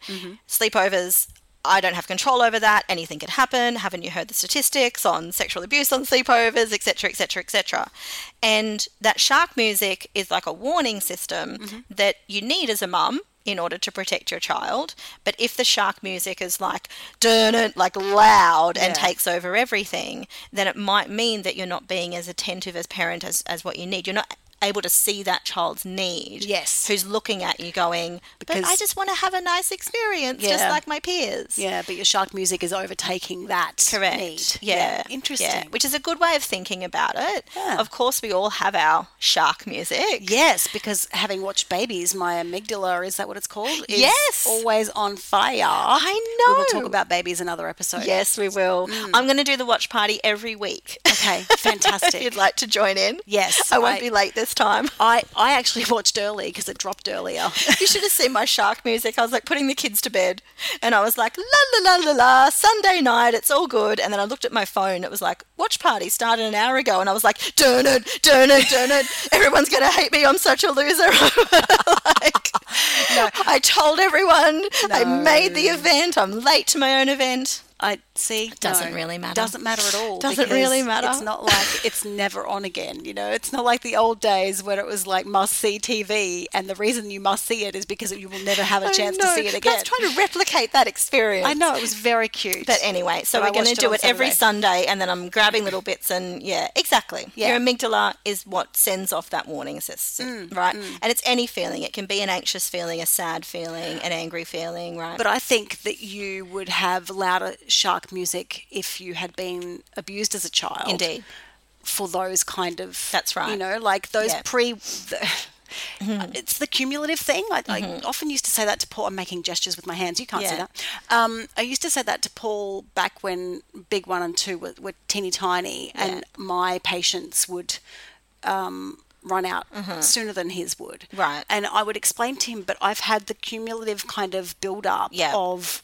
Speaker 1: Sleepovers. I don't have control over that. Anything could happen. Haven't you heard the statistics on sexual abuse on sleepovers, etc., etc., etc.? And that shark music is like a warning system that you need as a mum in order to protect your child. But if the shark music is like dun like loud and
Speaker 2: Yeah.
Speaker 1: takes over everything, then it might mean that you're not being as attentive as parent as, as what you need. You're not able to see that child's need
Speaker 2: Yes.
Speaker 1: who's looking at you going but i
Speaker 2: Because-
Speaker 1: just want to have a nice experience just
Speaker 2: Yeah.
Speaker 1: like my peers
Speaker 2: Yeah, but your shark music is overtaking that.
Speaker 1: correct
Speaker 2: need.
Speaker 1: Yeah.
Speaker 2: Interesting.
Speaker 1: Yeah. which is a good way of thinking about it
Speaker 2: Yeah.
Speaker 1: of course we all have our shark music
Speaker 2: Yes, because having watched babies, my amygdala, is that what it's called? Is
Speaker 1: Yes.
Speaker 2: Always on fire.
Speaker 1: I
Speaker 2: We will talk
Speaker 1: know.
Speaker 2: about Mm. babies another episode.
Speaker 1: yes we will i'm going to do the watch party every week
Speaker 2: Okay,
Speaker 1: if
Speaker 2: fantastic.
Speaker 1: you'd like to join in
Speaker 2: Yes,
Speaker 1: i won't
Speaker 2: I-
Speaker 1: be late this time
Speaker 2: I, I actually watched early because it dropped earlier.
Speaker 1: You should have seen my shark music. I was like putting the kids to bed, and I was like, la la la la la, Sunday night, it's all good. And then I looked at my phone. It was like, watch party started an hour ago, and I was like, dun it, dun it, dun it. Everyone's gonna hate me. I'm such a loser. like, I told everyone. I made the event. I'm late to my own event.
Speaker 2: I see.
Speaker 1: Doesn't
Speaker 2: no,
Speaker 1: really matter.
Speaker 2: Doesn't matter at all.
Speaker 1: Doesn't
Speaker 2: because
Speaker 1: really matter.
Speaker 2: It's not like it's never on again. You know, it's not like the old days when it was like must see TV, and the reason you must see it is because you will never have a chance to
Speaker 1: No,
Speaker 2: see it again.
Speaker 1: That's trying to replicate that experience.
Speaker 2: I know it was very cute.
Speaker 1: But anyway, so
Speaker 2: But I
Speaker 1: we're going
Speaker 2: watched
Speaker 1: to do
Speaker 2: it on
Speaker 1: it every
Speaker 2: Saturday.
Speaker 1: Sunday, and then I'm grabbing little bits, and yeah, exactly.
Speaker 2: Yeah. Mm,
Speaker 1: Your amygdala is what sends off that warning system, right? And it's any feeling. It can be an anxious feeling, a sad feeling, an angry feeling, right?
Speaker 2: But I think that you would have louder shark music if you had been abused as a child.
Speaker 1: indeed,
Speaker 2: For those kind of.
Speaker 1: That's right.
Speaker 2: You know, like those
Speaker 1: Yeah.
Speaker 2: pre. Uh, It's the cumulative thing. I, I often used to say that to Paul. I'm making gestures with my hands. You can't see
Speaker 1: Mm-hmm. Yeah.
Speaker 2: that. Um, I used to say that to Paul back when Big One and Two were, were teeny tiny, and my patients would um, run out sooner than his would.
Speaker 1: Mm-hmm. Right.
Speaker 2: And I would explain to him, but I've had the cumulative kind of build up
Speaker 1: Yeah.
Speaker 2: of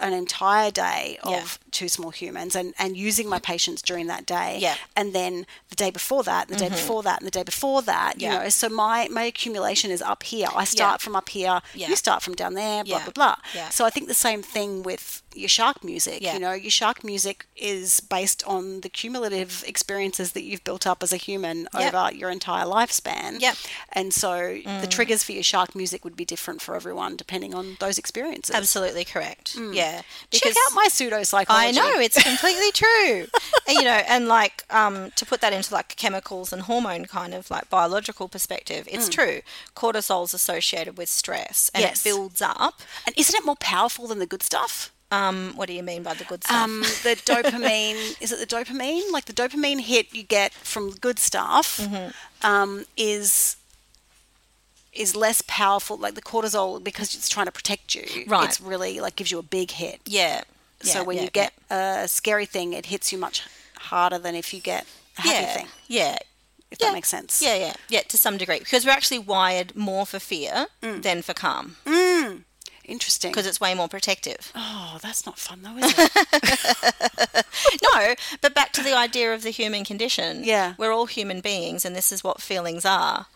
Speaker 2: an entire day of
Speaker 1: Yeah.
Speaker 2: two small humans and, and using my patients during that day
Speaker 1: Yeah.
Speaker 2: and then the day before that, and the day before that, and the day before that.
Speaker 1: Mm-hmm. Yeah.
Speaker 2: You know, so my my accumulation is up here. I start from up here.
Speaker 1: Yeah.
Speaker 2: You start from down there. Blah
Speaker 1: Yeah.
Speaker 2: blah blah.
Speaker 1: Yeah.
Speaker 2: So I think the same thing with your shark music.
Speaker 1: Yeah.
Speaker 2: You know, your shark music is based on the cumulative experiences that you've built up as a human
Speaker 1: Yep.
Speaker 2: over your entire lifespan.
Speaker 1: Yep. Mm.
Speaker 2: And so the triggers for your shark music would be different for everyone depending on those experiences.
Speaker 1: Absolutely correct. Yeah.
Speaker 2: Mm. Check out my pseudo psychology.
Speaker 1: I know it's completely true. And, you know, and like um, to put that into like chemicals and hormone kind of like biological perspective, it's true. Cortisol's associated with stress, and
Speaker 2: Mm. Yes.
Speaker 1: it builds up.
Speaker 2: And isn't it more powerful than the good stuff?
Speaker 1: Um, what do you mean by the good stuff?
Speaker 2: um, the dopamine is it the dopamine like the dopamine hit you get from good stuff
Speaker 1: Mm-hmm.
Speaker 2: um, is is less powerful like the cortisol because it's trying to protect you
Speaker 1: Right.
Speaker 2: it's really like gives you a big hit
Speaker 1: yeah.
Speaker 2: so
Speaker 1: Yeah,
Speaker 2: when
Speaker 1: yeah,
Speaker 2: you get a scary thing it hits you much harder than if you get a
Speaker 1: yeah.
Speaker 2: happy
Speaker 1: yeah.
Speaker 2: thing
Speaker 1: Yeah.
Speaker 2: if
Speaker 1: Yeah.
Speaker 2: that makes sense
Speaker 1: Yeah, yeah, yeah, to some degree, because we're actually wired more for fear than for calm,
Speaker 2: Mm. interesting
Speaker 1: because it's way more protective.
Speaker 2: oh that's not fun though is it
Speaker 1: No, but back to the idea of the human condition.
Speaker 2: Yeah.
Speaker 1: We're all human beings and this is what feelings are.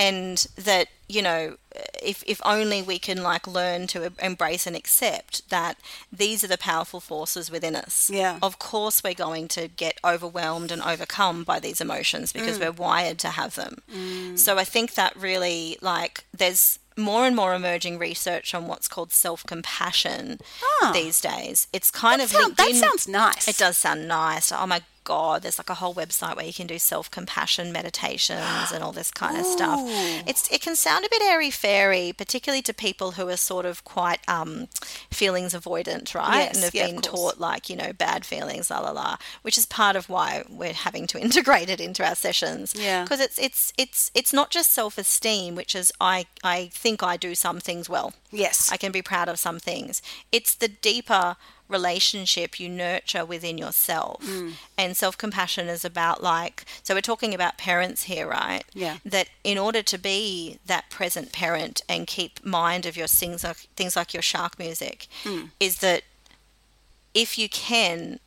Speaker 1: And that, you know, if if only we can like learn to em- embrace and accept that these are the powerful forces within us.
Speaker 2: Yeah.
Speaker 1: Of course we're going to get overwhelmed and overcome by these emotions
Speaker 2: Mm.
Speaker 1: because we're wired to have them. So I think that really like there's more and more emerging research on what's called self-compassion
Speaker 2: Ah.
Speaker 1: these days. It's kind of
Speaker 2: Sound-
Speaker 1: linked
Speaker 2: that
Speaker 1: in-
Speaker 2: sounds nice
Speaker 1: it does sound nice. Oh my god, there's like a whole website where you can do self compassion meditations and all this kind of stuff. It's it can sound a bit airy fairy, particularly to people who are sort of quite um, feelings avoidant, right?
Speaker 2: Yes,
Speaker 1: and have
Speaker 2: yeah, of
Speaker 1: been
Speaker 2: course.
Speaker 1: taught like you know bad feelings, la la la, which is part of why we're having to integrate it into our sessions.
Speaker 2: Yeah.
Speaker 1: because it's it's it's it's not just self esteem, which is I I think I do some things well.
Speaker 2: yes
Speaker 1: I can be proud of some things. It's the deeper relationship you nurture within yourself.
Speaker 2: Mm.
Speaker 1: And self compassion is about, like, so we're talking about parents here, right?
Speaker 2: Yeah.
Speaker 1: That in order to be that present parent and keep mind of your things like, things like your shark music,
Speaker 2: Mm.
Speaker 1: is that if you can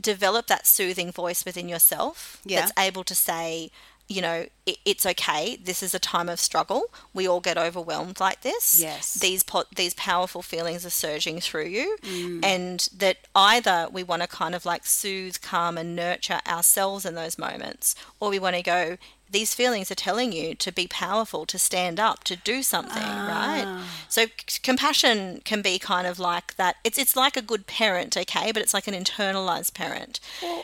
Speaker 1: develop that soothing voice within yourself
Speaker 2: Yeah.
Speaker 1: that's able to say, you know, it, it's okay. This is a time of struggle. We all get overwhelmed like this.
Speaker 2: Yes.
Speaker 1: These po- these powerful feelings are surging through you, and that either we want to kind of like soothe, calm, and nurture ourselves in those moments, or we want to go. These feelings are telling you to be powerful, to stand up, to do something, right? So c- compassion can be kind of like that. It's it's like a good parent, okay, but it's like an internalized parent.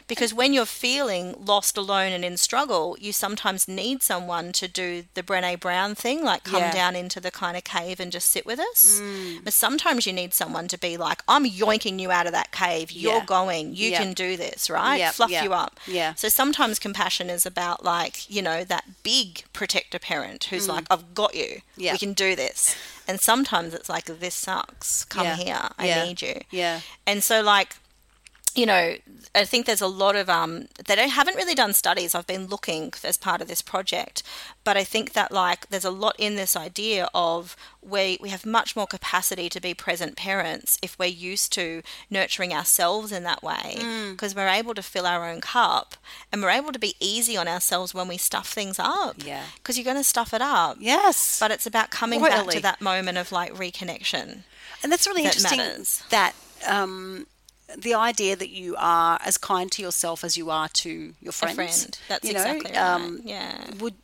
Speaker 1: Because when you're feeling lost, alone, and in struggle, you sometimes need someone to do the Brene Brown thing, like come
Speaker 2: Yeah. Mm.
Speaker 1: down into the kind of cave and just sit with us. But sometimes you need someone to be like, I'm yoinking you out of that cave. You're
Speaker 2: Yeah.
Speaker 1: going. You
Speaker 2: Yeah.
Speaker 1: can do this, right?
Speaker 2: Yep,
Speaker 1: Fluff
Speaker 2: yep,
Speaker 1: you up.
Speaker 2: yeah.
Speaker 1: So sometimes compassion is about like, you know, that big protector parent who's
Speaker 2: Mm.
Speaker 1: like, I've got you.
Speaker 2: Yeah.
Speaker 1: We can do this. And sometimes it's like, this sucks. Come
Speaker 2: Yeah.
Speaker 1: here. I
Speaker 2: Yeah.
Speaker 1: need you.
Speaker 2: yeah
Speaker 1: And so like you know, I think there's a lot of um they don't haven't really done studies. I've been looking as part of this project, but I think that like there's a lot in this idea of we we have much more capacity to be present parents if we're used to nurturing ourselves in that way because we're able to fill our own cup and we're able to be easy on ourselves when we stuff things up.
Speaker 2: Yeah.
Speaker 1: Because you're going to stuff it up.
Speaker 2: yes
Speaker 1: But it's about coming back
Speaker 2: Royally.
Speaker 1: to that moment of like reconnection.
Speaker 2: And that's really
Speaker 1: that
Speaker 2: interesting
Speaker 1: matters.
Speaker 2: that um, the idea that you are as kind to yourself as you are to your friends.
Speaker 1: friend. That's
Speaker 2: you know,
Speaker 1: exactly right.
Speaker 2: um,
Speaker 1: Yeah.
Speaker 2: Would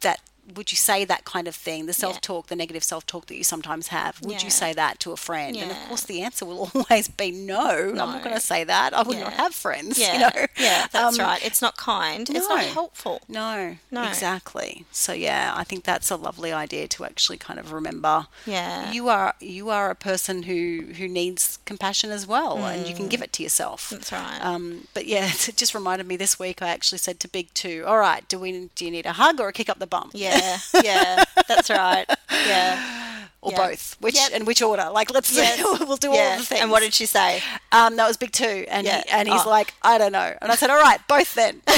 Speaker 2: that would you say that kind of thing the self-talk the negative self-talk that you sometimes have would you
Speaker 1: Yeah.
Speaker 2: say that to a friend and of
Speaker 1: Yeah.
Speaker 2: course the answer will always be no, i'm
Speaker 1: No.
Speaker 2: not going to say that i would not
Speaker 1: Yeah.
Speaker 2: have friends
Speaker 1: Yeah,
Speaker 2: you know
Speaker 1: yeah, that's
Speaker 2: Um,
Speaker 1: right. It's not kind. It's not
Speaker 2: no.
Speaker 1: helpful.
Speaker 2: no,
Speaker 1: No.
Speaker 2: exactly. So yeah, I think that's a lovely idea to actually kind of remember.
Speaker 1: Yeah.
Speaker 2: you are you are a person who who needs compassion as well, and
Speaker 1: Mm.
Speaker 2: you can give it to yourself.
Speaker 1: That's right.
Speaker 2: Um, but yeah, it just reminded me this week. I actually said to Big Two, "All right, do we do you need a hug or a kick up the bum?
Speaker 1: Yeah, yeah, that's right. Yeah,
Speaker 2: or
Speaker 1: yeah.
Speaker 2: both? Which
Speaker 1: Yep.
Speaker 2: and which order? Like let's
Speaker 1: Yes.
Speaker 2: we'll do all
Speaker 1: yeah.
Speaker 2: of the things."
Speaker 1: And what did she say?
Speaker 2: um, that was Big Two, and
Speaker 1: Yeah.
Speaker 2: he, and he's
Speaker 1: Oh.
Speaker 2: like, "I don't know," and I said, "All right, both then."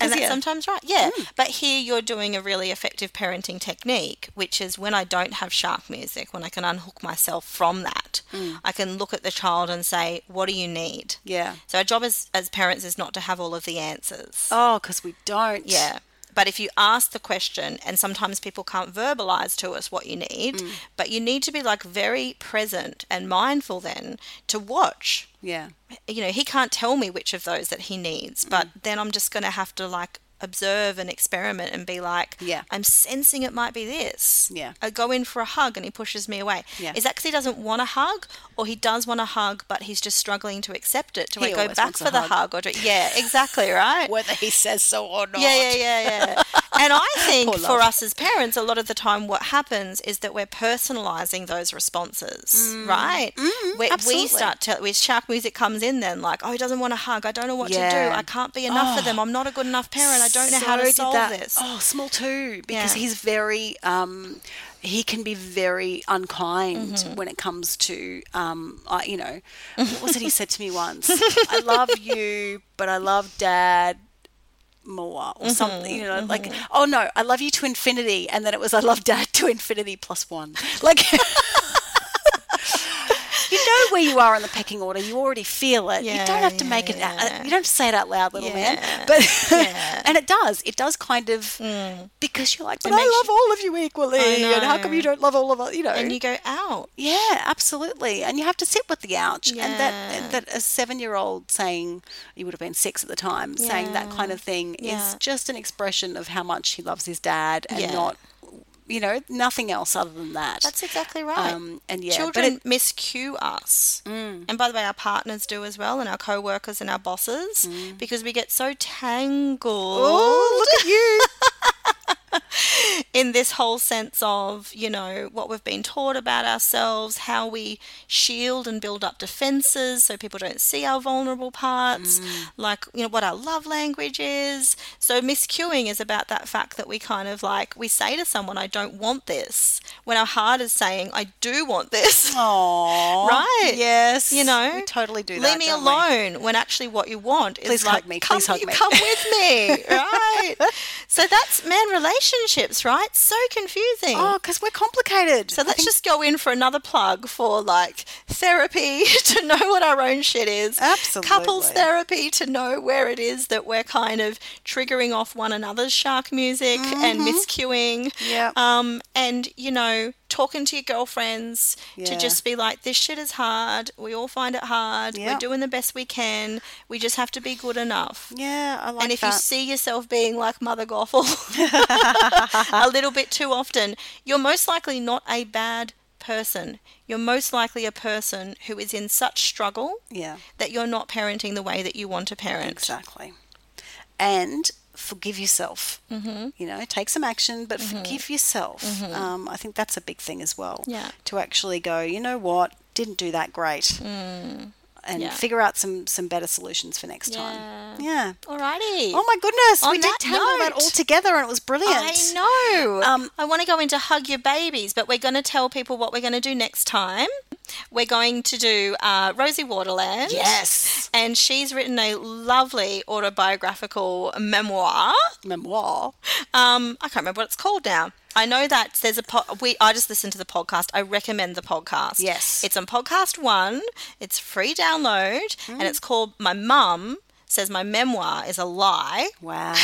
Speaker 1: And that's
Speaker 2: yeah.
Speaker 1: sometimes right. Yeah,
Speaker 2: Hmm.
Speaker 1: but here you're doing a really effective parenting technique, which is when I don't have shark music, when I can unhook myself from that,
Speaker 2: Hmm.
Speaker 1: I can look at the child and say, "What do you need?"
Speaker 2: yeah.
Speaker 1: So our job as as parents is not to have all of the answers.
Speaker 2: Oh, because we don't.
Speaker 1: Yeah. But if you ask the question, and sometimes people can't verbalize to us what you need,
Speaker 2: Mm.
Speaker 1: but you need to be like very present and mindful then to watch.
Speaker 2: Yeah.
Speaker 1: You know, he can't tell me which of those that he
Speaker 2: Mm.
Speaker 1: needs, but then I'm just going to have to like observe and experiment and be like,
Speaker 2: Yeah.
Speaker 1: I'm sensing it might be this.
Speaker 2: Yeah.
Speaker 1: I go in for a hug and he pushes me away.
Speaker 2: Yeah.
Speaker 1: Is that because he doesn't want a hug or he does want a hug, but he's just struggling to accept it? Do
Speaker 2: He
Speaker 1: I go
Speaker 2: always
Speaker 1: back
Speaker 2: wants a
Speaker 1: for the
Speaker 2: hug.
Speaker 1: hug or do Yeah, exactly, right?
Speaker 2: Whether he says so or not.
Speaker 1: Yeah, yeah, yeah, yeah. and I think
Speaker 2: Poor
Speaker 1: for
Speaker 2: love.
Speaker 1: us as parents, a lot of the time what happens is that we're personalizing those responses, right? we, we
Speaker 2: Mm. absolutely.
Speaker 1: start to, we, shark music comes in then, like, oh, he doesn't want a hug. I don't know what to
Speaker 2: Yeah.
Speaker 1: do. I can't be enough for them. I'm not a good enough parent. I don't know how
Speaker 2: So
Speaker 1: to
Speaker 2: did
Speaker 1: solve
Speaker 2: that-
Speaker 1: this.
Speaker 2: Oh, small two, because
Speaker 1: Yeah.
Speaker 2: he's very, um, he can be very unkind
Speaker 1: Mm-hmm.
Speaker 2: when it comes to, um, I, you know, what was it he said to me once? I love you, but I love dad more
Speaker 1: Mm-hmm.
Speaker 2: or something you know like oh no i love you to infinity and then it was i love dad to infinity plus one like you know where you are in the pecking order you already feel it you
Speaker 1: Yeah,
Speaker 2: don't have to
Speaker 1: yeah,
Speaker 2: make it out-
Speaker 1: yeah.
Speaker 2: uh, you don't have to say it out loud little
Speaker 1: Yeah.
Speaker 2: man but
Speaker 1: Yeah.
Speaker 2: and it does it does kind of because you're like Mm. but i
Speaker 1: makes
Speaker 2: love all of you equally
Speaker 1: I
Speaker 2: and how come
Speaker 1: know.
Speaker 2: you don't love all of us you know
Speaker 1: And you go, ouch.
Speaker 2: yeah, absolutely. And you have to sit with the ouch. And
Speaker 1: Yeah.
Speaker 2: that that a seven year old saying you would have been six at the time, saying that
Speaker 1: Yeah.
Speaker 2: kind of thing
Speaker 1: Yeah.
Speaker 2: is just an expression of how much he loves his dad and
Speaker 1: Yeah.
Speaker 2: not you know, nothing else other than that.
Speaker 1: That's exactly right.
Speaker 2: Um, and yeah, but
Speaker 1: Children miscue us.
Speaker 2: Mm.
Speaker 1: And by the way, our partners do as well, and our co workers and our bosses, because we get so tangled.
Speaker 2: Oh, Mm. look at you.
Speaker 1: in this whole sense of, you know, what we've been taught about ourselves, how we shield and build up defenses so people don't see our vulnerable parts,
Speaker 2: Mm.
Speaker 1: like, you know, what our love language is. So, miscuing is about that fact that we kind of like, we say to someone, I don't want this, when our heart is saying, I do want this.
Speaker 2: Aww.
Speaker 1: Right.
Speaker 2: Yes.
Speaker 1: You know?
Speaker 2: We totally do that.
Speaker 1: Leave me
Speaker 2: don't we?
Speaker 1: alone when actually what you want is
Speaker 2: Please hug
Speaker 1: like,
Speaker 2: me,
Speaker 1: Come,
Speaker 2: please hug
Speaker 1: you
Speaker 2: me."
Speaker 1: come with me, right? so that's man relationships, right? So confusing.
Speaker 2: Oh, because we're complicated.
Speaker 1: So let's just go in for another plug for like therapy to know what our own shit is. Couples
Speaker 2: Absolutely.
Speaker 1: therapy to know where it is that we're kind of triggering off one another's shark music and miscuing.
Speaker 2: Mm-hmm. Yep.
Speaker 1: Um, and, you know, talking to your girlfriends to
Speaker 2: Yeah.
Speaker 1: just be like, this shit is hard. We all find it hard. We're
Speaker 2: Yep.
Speaker 1: doing the best we can. We just have to be good enough.
Speaker 2: Yeah, I like
Speaker 1: And if
Speaker 2: that.
Speaker 1: you see yourself being like Mother Gothel a little bit too often, you're most likely not a bad person. You're most likely a person who is in such struggle
Speaker 2: yeah.
Speaker 1: that you're not parenting the way that you want to parent.
Speaker 2: Exactly. And forgive yourself. Mm-hmm. You know, take some action, but
Speaker 1: Mm-hmm.
Speaker 2: forgive yourself. Um, I think that's a big thing as well.
Speaker 1: Yeah.
Speaker 2: To actually go, you know what, didn't do that great. And
Speaker 1: Mm. Yeah.
Speaker 2: figure out some, some better solutions for next time. Yeah.
Speaker 1: Alrighty.
Speaker 2: Oh my goodness,
Speaker 1: On
Speaker 2: we did
Speaker 1: that
Speaker 2: tackle that
Speaker 1: note-
Speaker 2: all together and it was brilliant.
Speaker 1: I know.
Speaker 2: Um,
Speaker 1: I want to go into hug your babies, but we're going to tell people what we're going to do next time. We're going to do uh, Rosie Waterland.
Speaker 2: Yes.
Speaker 1: And she's written a lovely autobiographical memoir.
Speaker 2: Memoir.
Speaker 1: Um, I can't remember what it's called now. I know that there's a po- we. I just listened to the podcast. I recommend the podcast.
Speaker 2: Yes.
Speaker 1: it's on podcast one. It's free download, and it's called "My Mum Says My Memoir Is a Lie."
Speaker 2: Wow.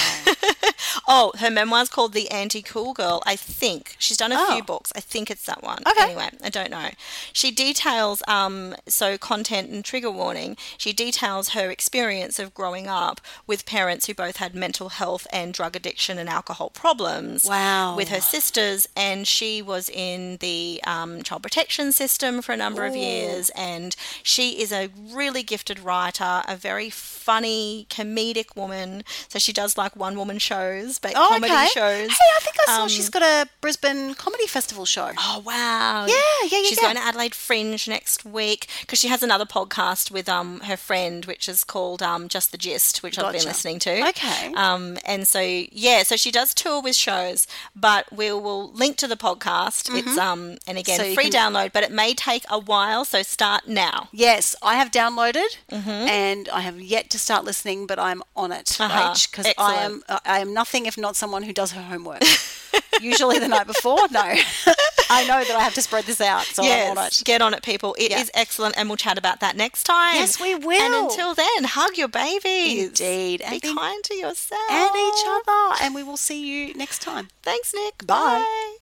Speaker 1: oh, her memoir's called The Anti Cool Girl, I think. She's done a
Speaker 2: Oh.
Speaker 1: few books. I think it's that one.
Speaker 2: Okay.
Speaker 1: Anyway, I don't know. She details, um, so content and trigger warning, she details her experience of growing up with parents who both had mental health and drug addiction and alcohol problems
Speaker 2: Wow.
Speaker 1: with her sisters, and she was in the um, child protection system for a number
Speaker 2: Oh.
Speaker 1: of years. And she is a really gifted writer, a very funny, comedic woman. So she does like one woman shows, but
Speaker 2: Oh,
Speaker 1: comedy
Speaker 2: okay.
Speaker 1: shows.
Speaker 2: Hey, I think I saw
Speaker 1: Um,
Speaker 2: she's got a Brisbane Comedy Festival show.
Speaker 1: Oh wow!
Speaker 2: Yeah, yeah, yeah,
Speaker 1: She's
Speaker 2: yeah.
Speaker 1: going to Adelaide Fringe next week because she has another podcast with um her friend, which is called um Just the Gist, which I've
Speaker 2: Gotcha.
Speaker 1: been listening to.
Speaker 2: Okay.
Speaker 1: Um, and so yeah, so she does tour with shows, but we will link to the podcast. It's um and again
Speaker 2: Mm-hmm. So you
Speaker 1: free
Speaker 2: can-
Speaker 1: download, but it may take a while, so start now.
Speaker 2: Yes, I have downloaded
Speaker 1: Mm-hmm.
Speaker 2: and I have yet to start listening, but I'm on it,
Speaker 1: Uh-huh.
Speaker 2: Because I am, uh, I am nothing if not someone who does her homework. Usually the night before. No, I know that I have to spread this out, so I'm on it.
Speaker 1: Yes, get on it, people. It is
Speaker 2: Yeah.
Speaker 1: excellent, and we'll chat about that next time.
Speaker 2: Yes, we
Speaker 1: And
Speaker 2: will.
Speaker 1: until then, hug your babies.
Speaker 2: Indeed,
Speaker 1: Be
Speaker 2: and be-
Speaker 1: kind to yourself
Speaker 2: And each other, and we will see you next time.
Speaker 1: Thanks, Nick.
Speaker 2: Bye.
Speaker 1: Bye.